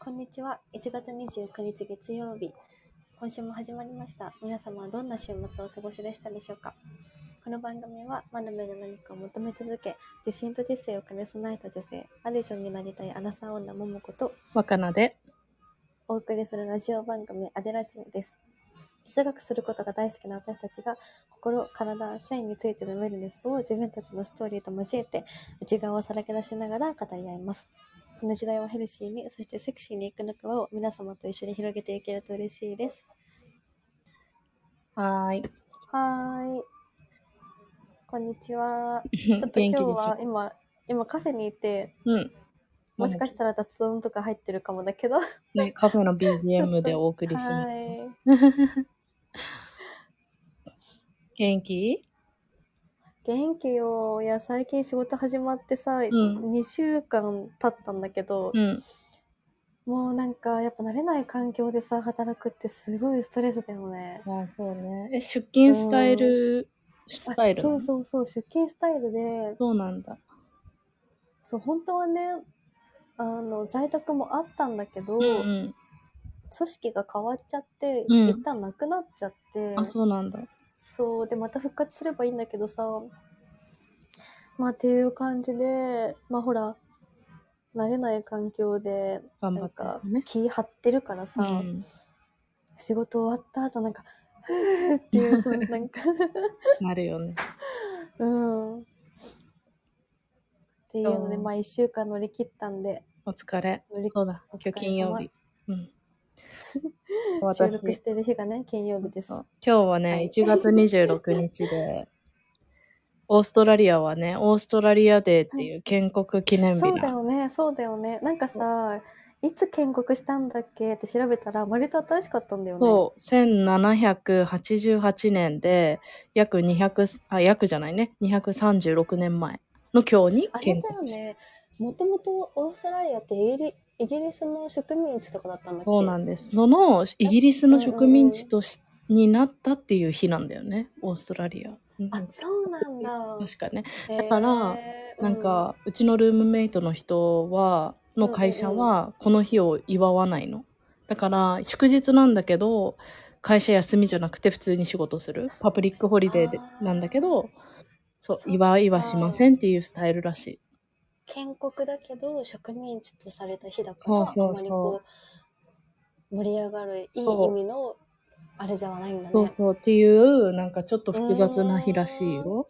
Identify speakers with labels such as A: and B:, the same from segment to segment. A: こんにちは。1月29日月曜日。今週も始まりました。皆様はどんな週末をお過ごしでしたでしょうかこの番組は、マルメが何かを求め続け、自信と知性を兼ね備えた女性、アディションになりたいアナサー女桃子と
B: 若菜で。
A: お送りするラジオ番組アデラチムです。哲学することが大好きな私たちが心、体、性についてのウェルネスを自分たちのストーリーと交えて内側をさらけ出しながら語り合います。この時代をヘルシーに、そしてセクシーにいくのかを皆様と一緒に広げていけると嬉しいです。
B: はーい。
A: はーい。こんにちは。ちょっと今日は今、今カフェにいて、
B: うん。
A: もしかしたら雑音とか入ってるかもだけど。
B: ね、カフェの BGM でお送りします。
A: は
B: 元気
A: い。元気よ。いや、最近仕事始まってさ、
B: ん
A: 2週間経ったんだけど、
B: うん。
A: もうなんかやっぱ慣れない環境でさ働くってすごいストレスだよね。
B: まあそうね。え、出勤スタイル、スタイル
A: あそうそうそう出勤スタイルで
B: そうなんだ。
A: そう本当はねあの在宅もあったんだけど、
B: うんうん。
A: 組織が変わっちゃって、
B: うん
A: 一旦なくなっちゃって
B: あ、そうなんだ。
A: そうでまた復活すればいいんだけどさまあっていう感じでまあほら慣れない環境で
B: 頑張
A: な
B: っ
A: んか
B: てるね。
A: 気張ってるから
B: う
A: さ、
B: ん。
A: 仕事終わった後なんか「ふー」って いうそのなんか
B: なるよね。
A: うん。っていうので、
B: そう
A: まあ1週間乗り切ったんで、
B: お疲れ
A: 乗り。
B: そうだ
A: お。疲れ
B: 今日
A: 様
B: 金曜日。 うん。
A: 収録してる日がね、金曜日です。
B: そう今日はね、
A: はい
B: 1月26日 で、オーストラリアはね、オーストラリアデーっていう建国記念日
A: そうだ
B: な。
A: よね、そうだよね。なんかさ、いつ建国したんだっけって調べたら、割と新しかったんだよね。
B: そう、1788年で、約200、あ、約じゃないね、236年前の今日に
A: あれ
B: 建
A: だよ
B: 国した。
A: ね、もともとオーストラリアってイギリイギリスの植民地とかだったんだっけ
B: そうなんです。その、イギリスの植民地とし、になったっていう日なんだよね、オーストラリア。うん
A: あ、そうなんだ。
B: 確かね。
A: だ
B: から、なんか、うちのルームメイトの人はの会社はこの日を祝わないのだから祝日なんだけど会社休みじゃなくて普通に仕事するパブリックホリデーで
A: あー
B: なんだけどそう
A: そっか
B: 祝いはしませんっていうスタイルらしい
A: 建国だけど植民地とされた日だから
B: そうそうそう
A: あまりこう盛り上がるいい
B: そう
A: 意味のあれではないんだね
B: そうそうっていうなんかちょっと複雑な日らしいよ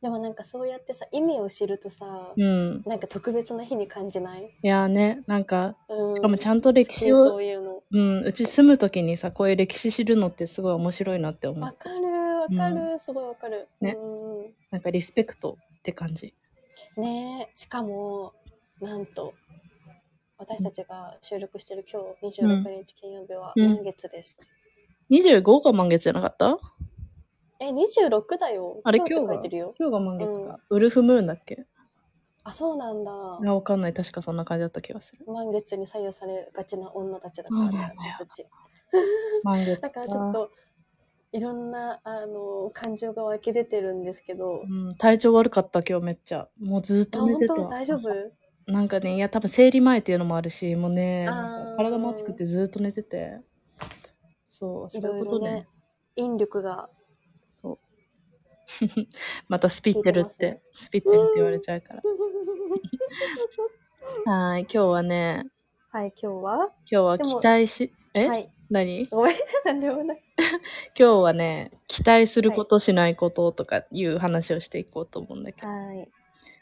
A: でもなんかそうやってさ意味を知るとさ、
B: うん
A: なんか特別な日に感じない、
B: いやーねなんか
A: うん、
B: しかもちゃんと歴史
A: 好きそ
B: を
A: ういうの
B: うんうち住む時にさこういう歴史知るのってすごい面白いなって思
A: わ
B: う
A: かるわかる、すごいわかる
B: ね
A: うん
B: なんかリスペクトって感じ
A: ねえしかもなんと私たちが収録してる今日26日金曜日は
B: うん
A: 満月です、
B: 25が満月じゃなかった
A: え26だよ
B: あれ
A: 今日って書
B: 今日が
A: いてるよ
B: 今日が満月か、ウルフムーンだっけ
A: あそうなんだ
B: いやわかんない確かそんな感じだった気がする
A: 満月に左右されがちな女たちだから
B: そうな
A: ね
B: んだよ
A: 私たち
B: 満月
A: だからちょっといろんなあの感情が湧き出てるんですけど、
B: うん、体調悪かった今日めっちゃもうずーっ
A: あ
B: と寝
A: 本
B: てた
A: 当大丈夫
B: 朝なんかねいや多分生理前っていうのもあるしもうね
A: あー
B: なんか体も熱くてずーっと寝ててそうそ
A: いう
B: い
A: ろ
B: う
A: い
B: こと
A: ろ
B: ね
A: ね引力 が
B: そうまたスピってるっ
A: 聞い
B: て
A: て
B: スピってるって言われちゃうからはーい今日はね
A: はい今日は
B: 今日は
A: で
B: 期
A: も
B: 待しえ、
A: はい
B: 何
A: ごめんなんでもない
B: 今日はね期待することしないこととかいう話をしていこうと思うんだけど、
A: はい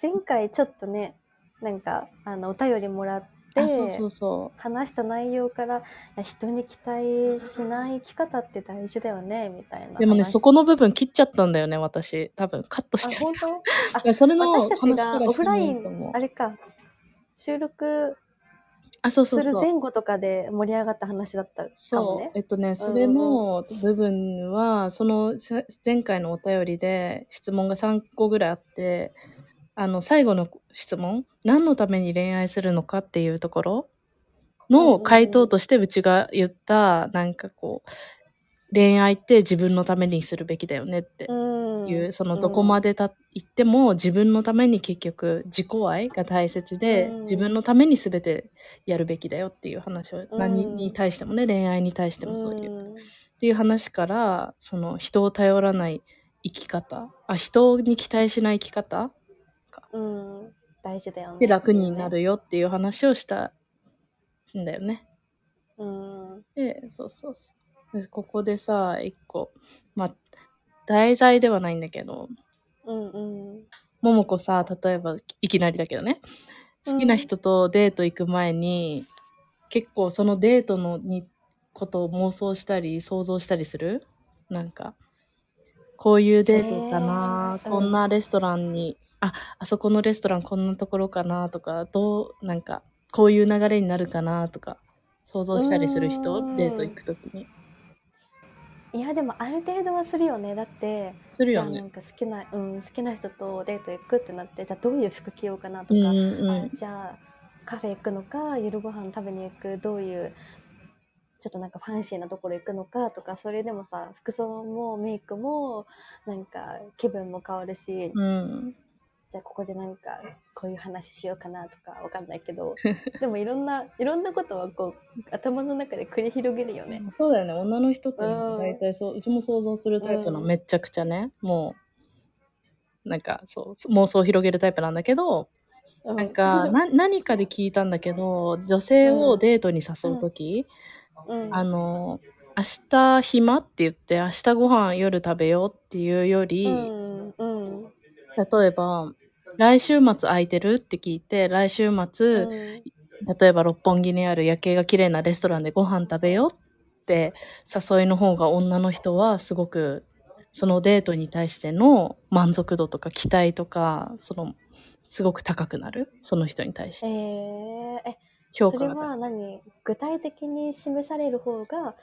A: 前回ちょっとねなんかあのお便りもらって
B: あそうそうそ
A: 話した内容からいや人に期待しない生き方って大事だよねみたいな話
B: うでもねそこの部分切っちゃったんだよね私多分カットし
A: あ
B: ちゃっ
A: 本当
B: たそれの
A: 私
B: 話
A: た
B: か
A: ち
B: ら
A: がオ
B: して
A: フ
B: も
A: ラ
B: い
A: イ
B: いと思
A: ン
B: う
A: あれか収録
B: あそうそ
A: す
B: う
A: る
B: そう
A: 前後とかで盛り上がった話だったかも
B: そう、
A: ね。
B: えっとねそれの部分はそのせ前回のお便りで質問が3個ぐらいあってあの最後の質問何のために恋愛するのかっていうところ
A: うんうんう
B: の
A: ん
B: 回答としてうちが言ったなんかこう恋愛って自分のためにするべきだよねって
A: うん、
B: いう、
A: うん
B: そのどこまでた行っても自分のために結局自己愛が大切で、
A: うん
B: 自分のために全てやるべきだよっていう話を、
A: うん
B: 何に対してもね恋愛に対してもそういう、っ
A: ん
B: ていう話からその人を頼らない生き方あ人に期待しない生き方
A: うん、大事だよね
B: で楽になるよっていう話をしたんだよね。
A: うん
B: で、そうそうそう。でここでさ、一個、まあ、題材ではないんだけど、
A: うんうん
B: ももこさ、例えば、いきなりだけどね、好きな人とデート行く前に、結構そのデートのにことを妄想したり、想像したりするなんか、こういうデートだな、
A: えー
B: こんなレストランに、あ、あそこのレストランこんなところかなとか、どう、なんか、こういう流れになるかなとか、想像したりする人
A: うーん
B: デート行くときに。
A: いやでもある程度はするよねだって
B: する
A: じゃ
B: よ
A: あな
B: ね。
A: んか好きな、うん、好きな人とデート行くってなってじゃあどういう服着ようかなと
B: う
A: か、
B: んうん
A: あじゃあカフェ行くのか夜ご飯食べに行くどういうちょっとなんかファンシーなところ行くのかとかそれでもさ服装もメイクもなんか気分も変わるし、
B: うん。
A: じゃあここでなんかこういう話しようかなとかわかんないけど でもいろんないろんなことはこう頭の中で繰り広げるよね。
B: そうだよね。女の人ってね
A: うん
B: 大体そう、うちも想像するタイプの
A: うん
B: めっちゃくちゃね、もう、なんかそう、妄想を広げるタイプなんだけど、
A: う
B: なん か、な何かで聞いたんだけど、女性をデートに誘うとき、
A: うん
B: あの、明日暇って言って、明日ご飯夜食べようっていうより、
A: うんうん
B: 例えば、来週末空いてるって聞いて、来週末、
A: うん
B: 例えば六本木にある夜景が綺麗なレストランでご飯食べようって誘いの方が女の人はすごくそのデートに対しての満足度とか期待とかそのすごく高くなるその人に対し
A: え
B: て
A: ー、え
B: 評
A: そ
B: 価
A: れ
B: が高い
A: は何具体的に示される方が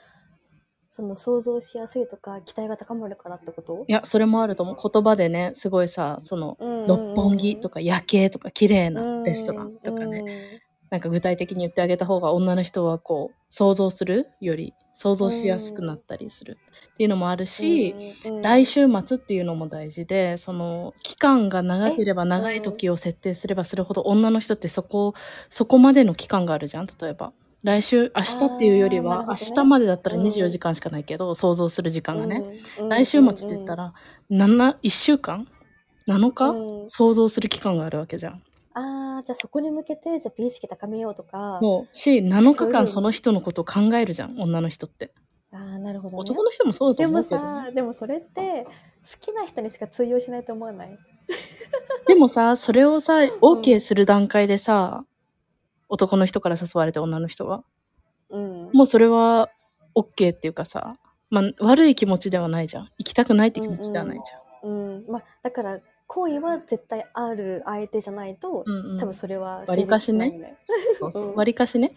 A: その想像しやすいとか期待が高まるからってこと
B: いやそれもあると思う言葉でねすごいさその六本木と
A: か
B: か夜景とか綺麗なレストランとかね
A: ね
B: なんか具体的に言ってあげた方が女の人はこう想像するより想像しやすくなったりするっていうのもあるし、来週末っていうのも大事でその期間が長ければ長い時を設定すればするほど女の人ってそこそこまでの期間があるじゃん例えば来週明日っていうより
A: あ
B: は、
A: ーなるほどね
B: 明日までだったら
A: うん
B: 24時間しかないけど、想像する時間がね、
A: うん
B: 来週末って言ったら1週間7日、
A: うん
B: 想像する期間があるわけじゃん。
A: あーじゃあそこに向けてじゃあ美意識高めようとか
B: もうし7日
A: そうい
B: 間
A: う
B: その人のことを考えるじゃん女の人って。
A: あーなるほど、ね、
B: 男の人もそう
A: で
B: だと思
A: も
B: うけどね、
A: さでもそれって好きな人にしか通用しないと思わない
B: でもさ、それをさ、OK する段階でさ、男の人から誘われて女の人は、
A: うん
B: もうそれは OK っていうかさ、まあ、悪い気持ちではないじゃん。行きたくないって気持ちではないじ
A: うんまあ、だから好意は絶対ある相手じゃないと、
B: ゃん。うんうん
A: 多分それは
B: 割りかしね
A: 成立しないよ
B: そうそう
A: うん
B: 割りかしね。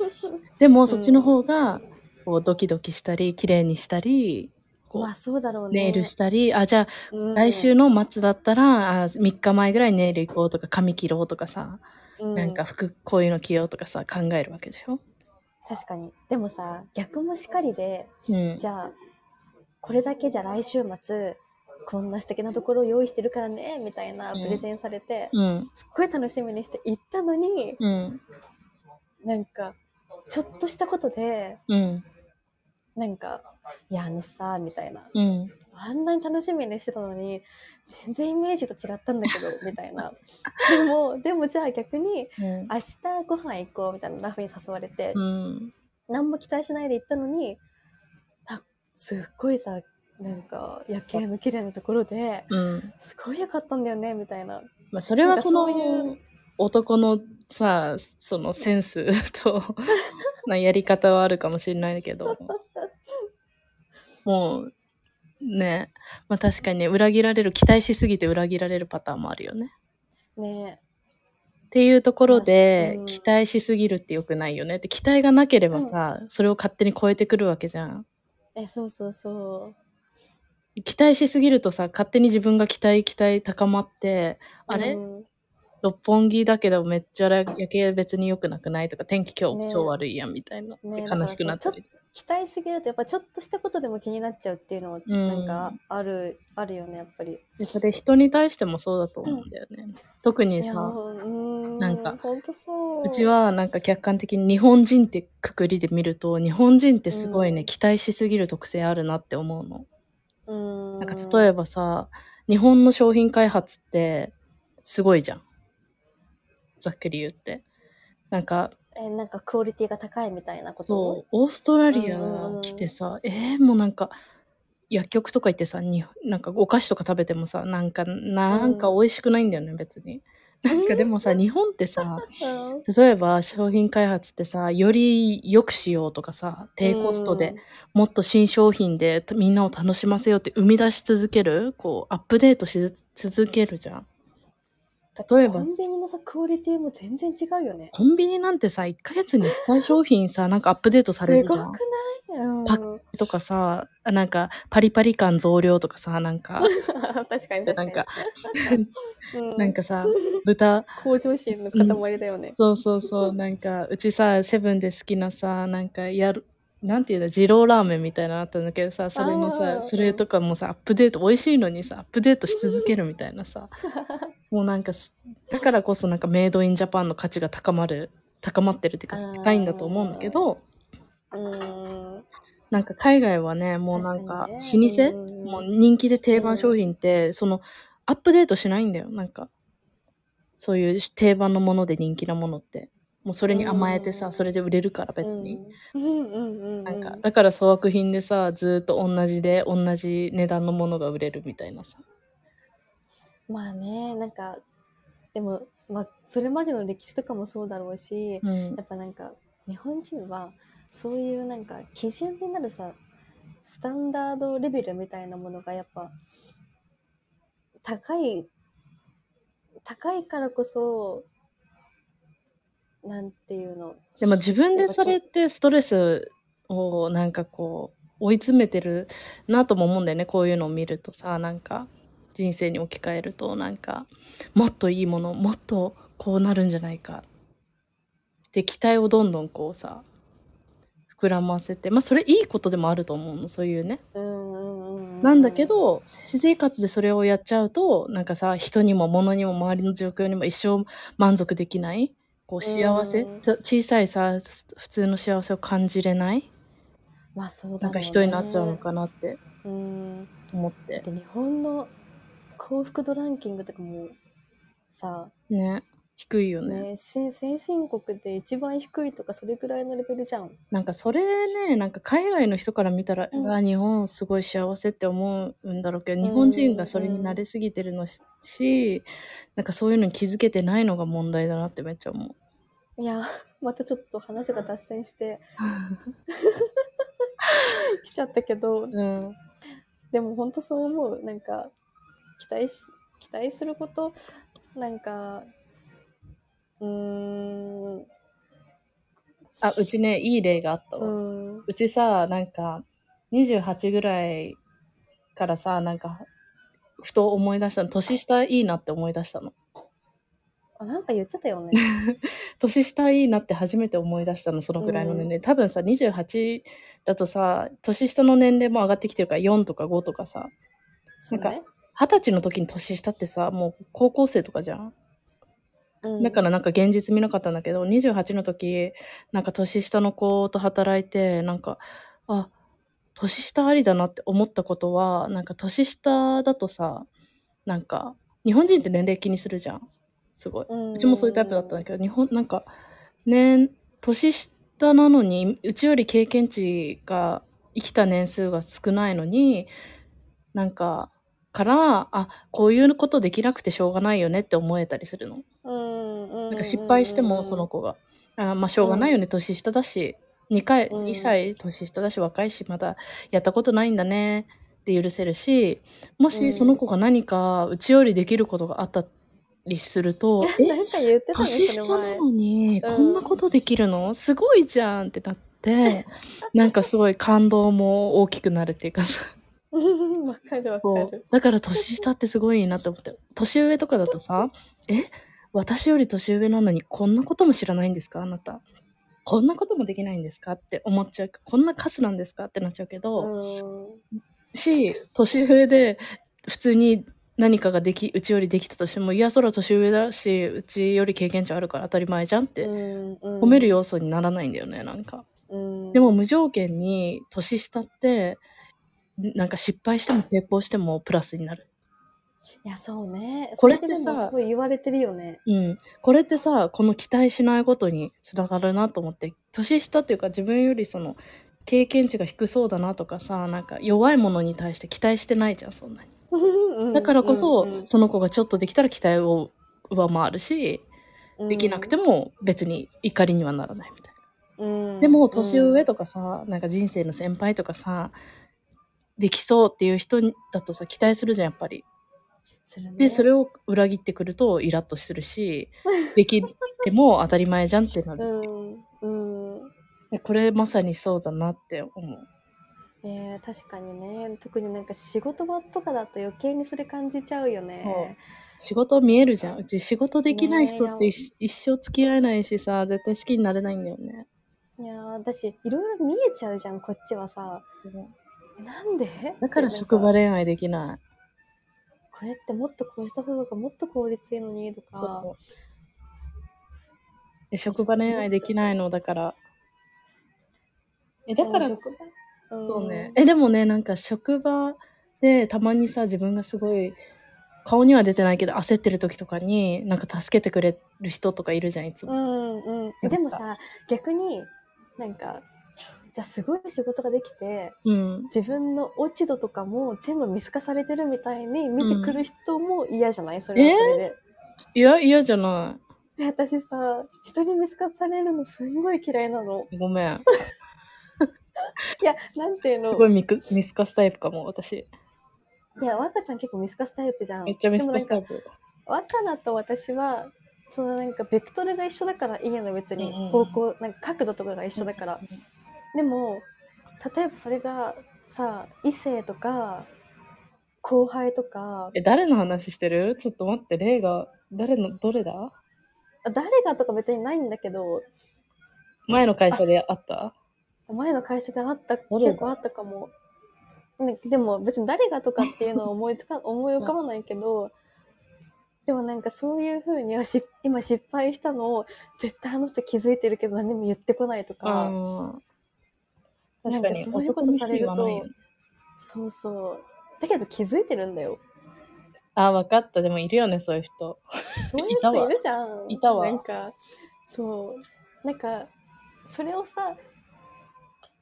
B: でも、そっちの方が、こう、ドキドキしたり、綺麗にしたり、こう
A: まあそうだろうね
B: ネイルしたり、あ、じゃあ、
A: うん
B: 来週の末だったら、あ3日前ぐらいネイル行こうとか、髪切ろうとかさ、
A: う
B: なんか服、こういうの着ようとかさ、考えるわけでしょ。
A: 確かにでもさ逆もしかりで
B: うん。
A: じゃあこれだけじゃ来週末こんな素敵なところを用意してるからねみたいな
B: うん
A: プレゼンされて、
B: うん。
A: すっごい楽しみにして行ったのに
B: うん。
A: なんかちょっとしたことで
B: うん。
A: なんか「いやあのさ」みたいな
B: うん。
A: あんなに楽しみにしてたのに全然イメージと違ったんだけどみたい なでもでもじゃあ逆に
B: うん
A: 明日ご飯行こうみたいなラフに誘われて、
B: うん。
A: 何も期待しないで行ったのにあすっごいさなんか夜景の綺麗なところで
B: うん。
A: すごい良かったんだよねみたいな
B: まあ、それはその
A: なんかそうい
B: 男のさ、そのセンス と、なやり方はあるかもしれないけど、もう、ね、まあ確かにね裏切られる、期待しすぎて裏切られるパターンもあるよね。
A: ね
B: っていうところで、
A: まあうん
B: 期待しすぎるって良くないよねって、期待がなければさ、それを勝手に超えてくるわけじゃん。
A: ええそうそうそう
B: 期待しすぎるとさ、勝手に自分が期待、期待高まって、あれ、
A: うん
B: 六本木だけどめっちゃ夜景別に良くなくないとか天気今
A: ね
B: 日超悪いやんみたいな、
A: ね
B: で悲しくなったり、
A: 期待しすぎるとやっぱちょっとしたことでも気になっちゃうっていうのは
B: うん
A: なんかある、あるよねやっぱり。
B: でそれ人に対してもそうだと思うんだよね、特に
A: いや
B: さ
A: もううーん
B: なんか
A: 本当そう。
B: うちはなんか客観的に日本人ってくくりで見ると日本人ってすごい
A: う
B: ね、
A: ん
B: 期待しすぎる特性あるなって思うの。
A: うーん
B: なんか例え
A: ば
B: ばさ日本の商品開発ってすごいじゃんざっくり言ってなんか
A: えなんかクオリティが高いみたいなこと
B: そうオーストラリ
A: うんうんう
B: ア
A: ん
B: 来てさ、えーもうなんか薬局とか行ってさになんかお菓子とか食べてもさなんかなんか美味しくないんだよね、別になんかでもさ日本ってさ
A: うん
B: 例えば商品開発ってさより良くしようとかさ低コストで、もっと新商品でみんなを楽しませようって生み出し続けるこうアップデートし続けるじゃん
A: うん
B: 例えば
A: コンビニのさクオリティも全然違うよね。
B: コンビニなんてさ1ヶ月に1回商品さなんかアップデート
A: す
B: さ
A: ご
B: れる
A: く
B: じ
A: な
B: ゃん
A: い、うん、
B: パとかさなんかパリパリ感増量とかさな んか
A: 確かに確かに
B: なんか、
A: う
B: なんかさ豚
A: 向上心の塊だよね。
B: そうそうそうなんかうちさセブンで好きなさなんかやるなんていうの二郎ラーメンみたいなのあったんだけどさそれに
A: あー
B: さそれとかもさアップデート美味しいのにさアップデートし続けるみたい なさもうなんかすだからこそなんかメイドインジャパンの価値が高まる高まってるっていうか
A: あー
B: 高いんだと思うんだけど
A: うーん
B: なんか海外はねもうなんか老
A: 確か
B: 舗
A: にね
B: もう人気で定番商品ってそのアップデートしないんだよなんかそういう定番のもので人気なものってもうそれに甘えて
A: うん
B: さそれで売れるから別に、。
A: うんうんうんうん。
B: なんかだから粗悪品でさずーっと同じで同じ値段のものが売れるみたいなさ
A: まあねなんかでも、まあ、それまでの歴史とかもそうだろうし、
B: うん
A: やっぱなんか日本人はそういうなんか基準になるさスタンダードレベルみたいなものがやっぱ高い高いからこそなんていうの
B: でも自分でそれってストレスをなんかこう追い詰めてるなとも思うんだよねこういうのを見るとさなんか人生に置き換えるとなんかもっといいものもっとこうなるんじゃないかって期待をどんどんこうさ膨らませてまあそれいいことでもあると思うのそういうね
A: うんうんうんう
B: なんだけど、私生活でそれをやっちゃうと、なんかさ、人にも物にも周りの状況にも一生満足できない、こう幸せ、
A: うん
B: た小さいさ、普通の幸せを感じれない、
A: まあそうだ
B: なん
A: ろう
B: か
A: ね
B: 人になっちゃうのかなって
A: うん
B: 思って。
A: で日本の幸福度ランキングとかもさ
B: ね。低いよね。
A: ねし先進国で一番低いとかそれくらいのレベルじゃん。
B: なんかそれね、なんか海外の人から見たら、
A: うん
B: うわ日本すごい幸せって思うんだろうけど、日本人がそれに慣れすぎてるのし、しなんかそういうのに気づけてないのが問題だなってめっちゃ思う。
A: いや またちょっと話が脱線してきちゃったけど
B: うん。
A: でも本当そう思うなんか期待し期待することなんかうーんう
B: あ、うちね、いい例があったわ。
A: ーん
B: うちさなんか28ぐらいからさなんかふと思い出したの年下いいなって思い出したの
A: あなんか言っちゃったよ ね。
B: 年下いいなって初めて思い出したのそのぐらいの年齢、多分さ28だとさ年下の年齢も上がってきてるから4とか5とかさ
A: そうね
B: 二十歳の時に年下ってさもう高校生とかじゃん
A: うん
B: だからなんか現実見なかったんだけど、28の時、なんか年下の子と働いて、なんか、あ、年下ありだなって思ったことは、なんか年下だとさ、なんか、日本人って年齢気にするじゃん。すごい。
A: うん
B: うちもそういうタイプだったんだけど、日本、なんか、年、年下なのに、うちより経験値が、生きた年数が少ないのに、なんか、から、あ、こういうことできなくてしょうがないよねって思えたりするの。
A: な
B: なんか失敗してもその子が、あーまあしょうがないよね、年下だし2回
A: うん
B: 2歳年下だし若いしまだやったことないんだねって許せるし
A: う
B: も
A: ん
B: しその子が何かうちよりできることがあったりすると、
A: な
B: え
A: んか言ってたね
B: 年
A: そ
B: 下
A: の前
B: なのに
A: うん
B: こんなことできるの、すごいじゃんってなってなんかすごい感動も大きくなるっていうかさ
A: うんわかるわか
B: そう
A: る。
B: だから年下ってすごいなって思って年上とかだとさえ私より年上なのにこんなことも知らないんですかあなたこんなこともできないんですかって思っちゃうこんなカスなんですかってなっちゃうけど、し年上で普通に何かができうちよりできたとしてもいやそら年上だしうちより経験値あるから当たり前じゃんって
A: 褒
B: 褒める
A: よ、
B: 要素にならないんだよねなんか
A: うん
B: でも無条件に年下ってなんか失敗しても成功してもプラスになる
A: いやそうね
B: これって
A: そ
B: さ
A: でもすごい言われてるよね
B: うんこれってさこの期待しないことにつながるなと思って年下っていうか自分よりその経験値が低そうだなとかさなんか弱いものに対して期待してないじゃんそんなにだからこそ、その子がちょっとできたら期待を上回るし、できなくて
A: も、
B: も別に怒りにはならないみたい
A: うん
B: な。でも、年上
A: と
B: とかさ、なんか人生の先輩とかさ、できそうっていう人にだとさ、期待するじゃん、やっぱり。で、それ
A: を、
B: を裏切ってくるとイラッとするし、できても当たり前じゃんってな
A: う
B: る。
A: んうん
B: これまさにそうだなって思う。
A: ねえ確かにね特になんか仕事場とかだと余計にそれ感じちゃうよね。
B: 仕事見えるじゃん。うち仕事できない人って
A: ねえ
B: 一一生付き合えないしさ、絶対好きになれないんだよね。
A: いやーだしいろいろ見えちゃうじゃんこっちはさなんで
B: だから職場
A: で
B: 恋愛できない。
A: これってもっとこうした方がもっと効率いいのにとか
B: え職場恋愛できないのだから。え、だ
A: だ
B: から、
A: 職場ん
B: そうね。え、でもね、なんか職場でたまにさ、自分がすごい、顔には出てないけど焦ってる時とかに、なんか助けてくれる人とかいるじゃん、いつ
A: う
B: も。
A: んうんでもさ逆になんかじゃあすごい仕事ができて
B: うん。
A: 自分の落ち度とかも全部見透かされてるみたいに見てくる人も嫌じゃない、それはそれで。
B: いや、嫌じゃな
A: で私さ人に見透かされるのすんごい嫌いなの
B: い。ごめん。
A: いやなんていう
B: すごい
A: の
B: 見く見透かすタイプかも、私。
A: いや若ちゃん結構見透かすタイプじゃん
B: めっちゃ見透かす
A: で
B: タ
A: も
B: イプ。
A: なんか若菜と私はそのなんかベクトルが一緒だからいいの別に、
B: うんうん
A: 方向なんか角度とかが一緒だから、でも例えばそれがさ異性とか後輩とか
B: え、誰の話してるちょっと待って、例が、誰の、どれだ
A: 誰がとか別にないんだけど
B: 前の会社であった
A: 前の会社であった
B: だ
A: 結構あったかも、ね、でも別に誰がとかっていうのは思い つか思い浮かばないけどでもなんかそういうふうにはし今失敗したのを絶対あの人気づいてるけど何も言ってこないとか、
B: ああ
A: なん
B: 確か
A: か
B: に
A: そういうことされる
B: 男の人言わない
A: と
B: よね
A: そうそうだけど気づいてるんだよ
B: ああ分かったでもいるよねそういう人
A: そういう
B: いたわ
A: 人いるじゃん。
B: いたわ
A: なんか、そう。なんか、それをさ、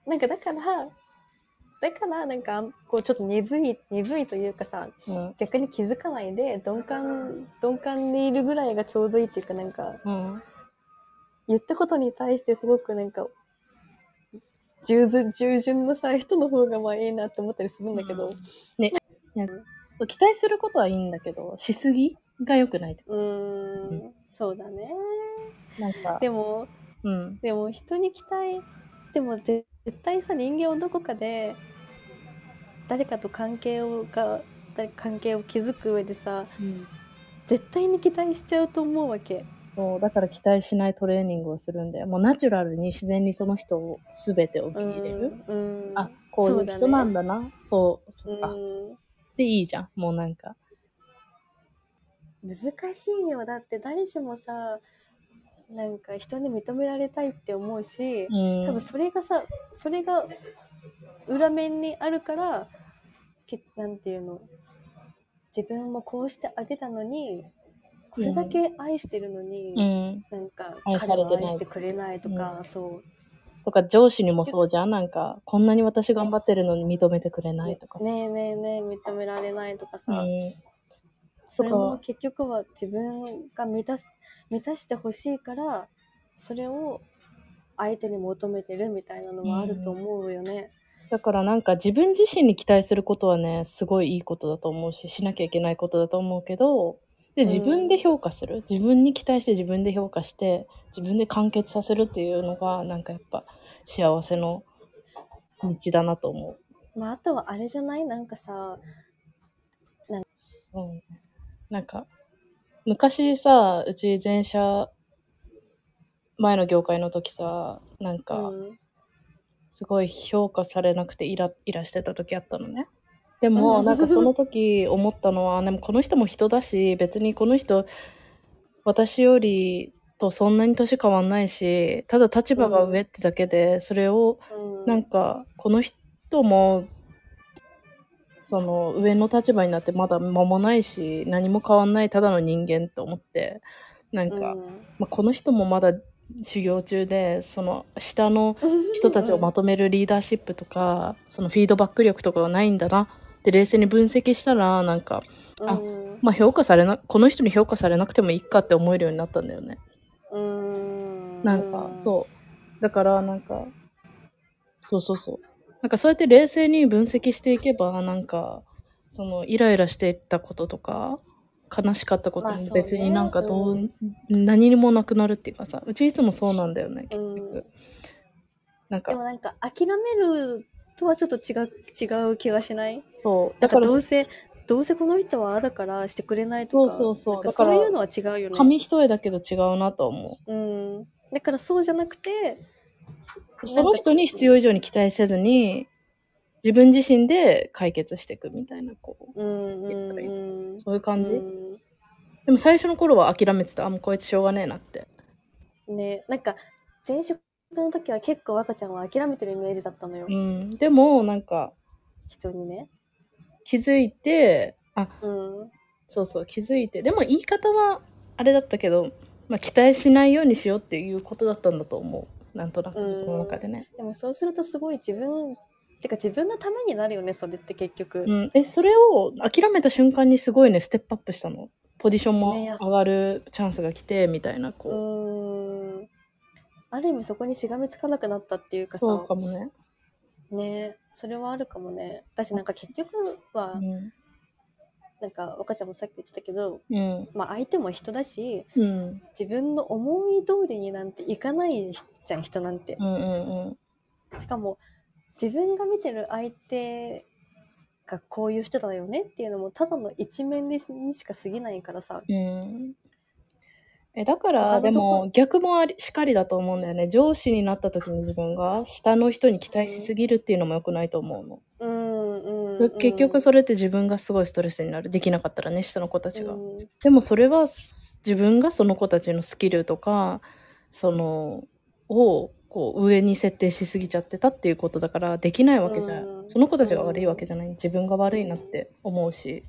A: なんかだから、だからなんか、こうちょっと鈍い、鈍いというかさ、
B: うん、
A: 逆に気づかないで、鈍感、鈍感でいるぐらいがちょうどいいっていうか、なんか、
B: うん、
A: 言ったことに対してすごくなんか、従順、従順なさ、人の方がまあいいなって思ったりするんだけど、
B: ねいや期待することはいいんだけどしすぎが良くないと
A: うーん、そうだね。
B: なんか
A: でも、
B: うん
A: でも人に期待でも絶絶対さ人間をどこかで誰かと関係をが誰か関係を築く上でさ絶対に期待しちゃうと思うわけ
B: そうだから期待しないトレーニングをするんでもうナチュラルに自然にその人を全てを受
A: う
B: け入れる、
A: んうん
B: あこういう人なんだなそう
A: う
B: そっか、
A: ん
B: でいいじゃんもうなんか
A: 難しいよだって誰しもさなんか人に認められたいって思うし、
B: うん
A: 多分それがさそれが裏面にあるからけなんていうの自分もこうしてあげたのにこれだけ愛してるのに、
B: うん
A: なんか
B: 愛されてな
A: 彼は
B: い
A: 愛してくれないとか、そう
B: とか上司にもそうじゃんなんかこんなに私頑張ってるのに認めてくれないとかさ、
A: ねねえねえねえ認められないとかさ、
B: うん
A: それも結局は自分が満たす満たしてほしいからそれを相手に求めてるみたいなのもあると思うよね。
B: だからなんか自分自身に期待することはねすごいいいことだと思うししなきゃいけないことだと思うけどで
A: うん
B: 自分で評価する、自分に期待して自分で評価して自分で完結させるっていうのがなんかやっぱ幸せの道だなと思う。
A: まああとはあれじゃないなんかさ
B: そうねなんか昔さうち前社前の業界の時さなんか
A: うん
B: すごい評価されなくてイライラしてた時あったのねでも、
A: うん
B: なんかその時思った のはでもこの人も人だし別にこの人私よりとそんなに年変わんないしただ立場が上ってだけで、それを
A: うん
B: なんかこの人もその上の立場になってまだ間もないし何も変わんないただの人間と思ってなんか、まあ、この人もまだ修行中でその下の
A: うん
B: 人たちをまとめるリーダーシップとか、そのフィードバック力とかがないんだなって冷静に分析したらなんか、あ
A: うん
B: まあ、評価されなこの人に評価されなくてもいいかって思えるようになったんだよね。
A: うん
B: なんか、そう。だから、なんか、そうそうそう。なんか、そうやって冷静に分析していけば、なんか、その、イライラしてたこととか、悲しかったこと
A: まあ
B: も
A: そうね
B: 別になんかどう、
A: うん
B: 何にもなくなるっていうかさ、うちいつもそうなんだよね、結局。
A: うん
B: なん
A: でも
B: か、
A: なんか諦めるとはちょっと違う違う気がしない
B: そう。
A: だ
B: だ
A: か
B: からら
A: ど、うせどうせこの人はああだからしてくれないとか
B: そうそうそう
A: なんか
B: だから
A: そういうのは違うよね
B: 紙一重だけど違うなと思
A: うん、だからそうじゃなくて
B: う。その人に必要以上に期待せずに、自分自身で解決していくみたいな、こ
A: う
B: う、
A: んう
B: やっ
A: ん
B: ぱり
A: うん
B: そういう感じ。
A: うん
B: でも最初の頃は諦めてた。あ、もうこいつしょうがねえなって。
A: ねなんか前職の時は結構赤ちゃんは諦めてるイメージだったのよ、
B: うん。でも、なんか、
A: 人にね
B: 気づいて、あ、
A: うん
B: そうそう、気づいて。でも言い方は、あれだったけど、まあ、期待しないようにしようっていうことだったんだと思う。なんとなく、
A: うん
B: 自分の中でね。
A: でもそうするとすごい自分てか自分のためになるよねそれって結局、
B: うん。え、それを諦めた瞬間にすごいね、ステップアップしたの。ポジションも
A: ね
B: 上がるチャンスが来て、みたいな、こう。
A: うんある意味そこにしがみつかなくなったっていうかさ
B: そうかもね。
A: ねそれはあるかもね私なんか結局は、
B: うん。
A: なんか若ちゃんもさっき言ってたけど、
B: うん。
A: まあ、相手も人だし
B: うん。
A: 自分の思い通りになんていかないじゃん人なんて
B: う、んうんうん。
A: しかも自分が見てる相手がこういう人だよねっていうのもただの一面でしにしか過ぎないからさ
B: うんえだか
A: 他
B: ら
A: の
B: で
A: とこ
B: も逆もありしかりだと思うんだよね上司になった時に自分が下の人に期待しすぎるっていうのも良くないと思うの、
A: うんうん、うん、
B: 結局それって自分がすごいストレスになるできなかったらね下の子た
A: う
B: ちが、
A: ん
B: でもそれは自分がその子たちのスキルとかそのをこう上に設定しすぎちゃってたっていうことだからできないわけじゃない、
A: うん
B: その子たちが悪いわけじゃない自分が悪いなって思うし、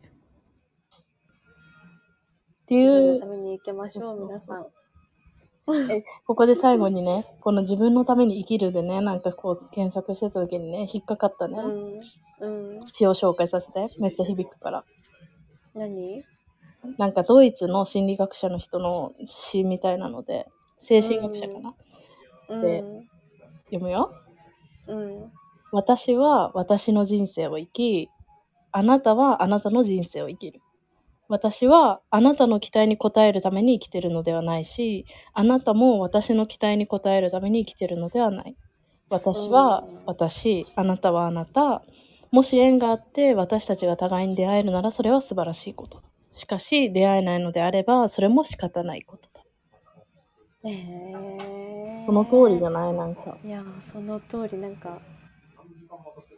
B: ってい
A: 自分
B: う
A: のために行きましょう皆さん
B: ここで最後にね、この自分のために生きるでね、なんかこう検索してた時にね、引っかかったね、
A: うんうん
B: 詩を紹介させて、めっちゃ響くから。
A: 何
B: なんかドイツの心理学者の人の詩みたいなので、精神学者かな、で
A: うん
B: 読むよ。
A: うん
B: 私は私の人生を生き、あなたはあなたの人生を生きる。私はあなたの期待に応えるために生きてるのではないし、あなたも私の期待に応えるために生きてるのではない。私は
A: うん
B: 私、あなたはあなた。もし縁があって私たちが互いに出会えるならそれは素晴らしいことだ。しかし出会えないのであればそれも仕方ないことだ。
A: へえ
B: その通りじゃないなんか。
A: いやーその通りなんか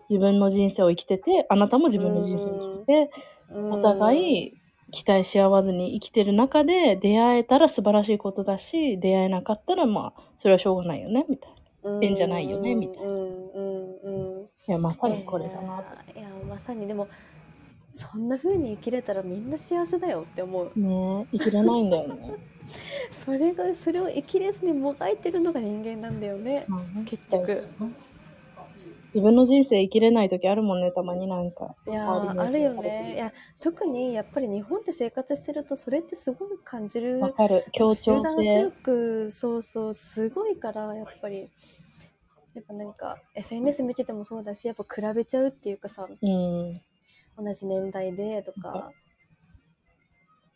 B: 自分の人生を生きてて、あなたも自分の人生を生きてて、お
A: い
B: 互い期待し合わずに生きてる中で出会えたら素晴らしいことだし出会えなかったらまあそれはしょうがないよねみたいない縁じゃないよねみたい
A: う
B: な
A: んうんうんうん
B: やまさにこれだなと、
A: いやーいやまさにでもそんな風に生きれたらみんな幸せだよって思う
B: ねえ生きれないんだよね
A: それがそれを生きれずにもがいてるのが人間なんだよね
B: まあね
A: 結局
B: 自分の人生生きれない時あるもんねたまになんか
A: いや
B: 周り
A: ー
B: に
A: あるよねいや特にやっぱり日本で生活してるとそれってすごい感じる
B: わかる協
A: 集
B: 調
A: 団圧
B: 性
A: 力そうそうすごいからやっぱりやっぱなんか SNS 見ててもそうだしやっぱ比べちゃうっていうかさ
B: うん
A: 同じ年代でとか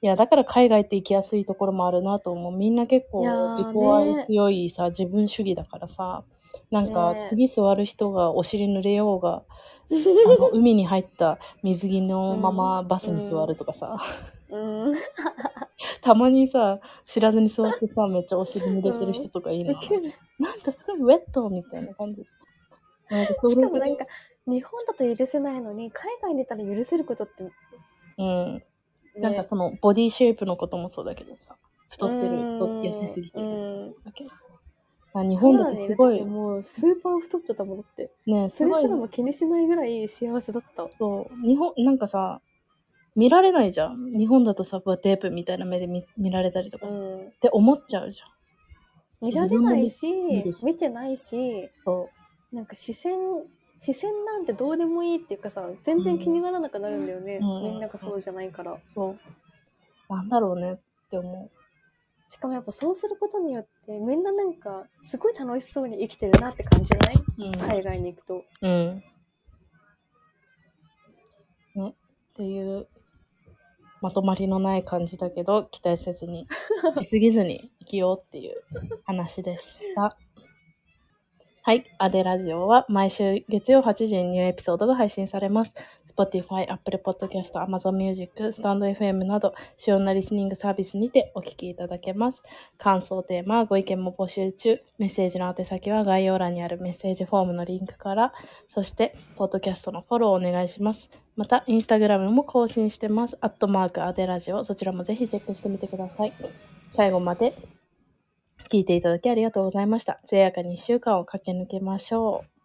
B: いやだから海外って行きやすいところもあるなと思うみんな結構
A: いやー
B: 自己
A: ね
B: 愛強いさ、自分主義だからさなんか
A: ね
B: 次座る人がお尻濡れよ うが、あの海に入った水着のままバスに座るとかさ、
A: うん。
B: たまにさ知らずに座ってさめっちゃお尻濡れてる人とかいいな、
A: ウケる
B: なんかすごいウェットみたいな感じなんか それ
A: しかもなんか、日本だと許せないのに、海外に出たら許せることって、ね、
B: うんなんかそのボディシェイプのこともそうだけどさ太ってる
A: うん
B: 太って痩せすぎて
A: う
B: る
A: ん
B: だけどあ日本だ
A: カナダ
B: と
A: にい
B: す
A: る
B: ご
A: 時
B: い
A: もうスーパー太ってたものって。
B: ねす
A: それ
B: ごい
A: すらも気にしないぐらい幸せだった。
B: そう日本なんかさ見られないじゃん日本だとさバテープみたいな目で見見られたりとか
A: う
B: さ、っ
A: ん。
B: て思っちゃうじゃん
A: 見られないし
B: 見る、し
A: 見てないし、
B: そ
A: なんか視線、視線なんてどうでもいいっていうかさ、全然気にならなくなるんだよね。
B: うん
A: みんながそうじゃないから。
B: うそうなんだろうねって思
A: しかもやっぱそうすることによって、みんななんか、すごい楽しそうに生きてるなって感じない、
B: ううん、
A: 海外に行くと。
B: うんねっていうまとまりのない感じだけど期待せずにしすぎずに生きようっていう話でしたはい。アデラジオは毎週月曜8時にニューエピソードが配信されます。Spotify、Apple Podcast、Amazon Music、StandFM など主要なリスニングサービスにてお聞きいただけます。感想、テーマ、ご意見も募集中。メッセージの宛先は概要欄にあるメッセージフォームのリンクから、そして、ポッドキャストのフォローお願いします。また、インスタグラムも更新してます。アットマークアデラジオ。そちらもぜひチェックしてみてください。最後まで聞いていただきありがとうございました。艶やかに1週間を駆け抜けましょう。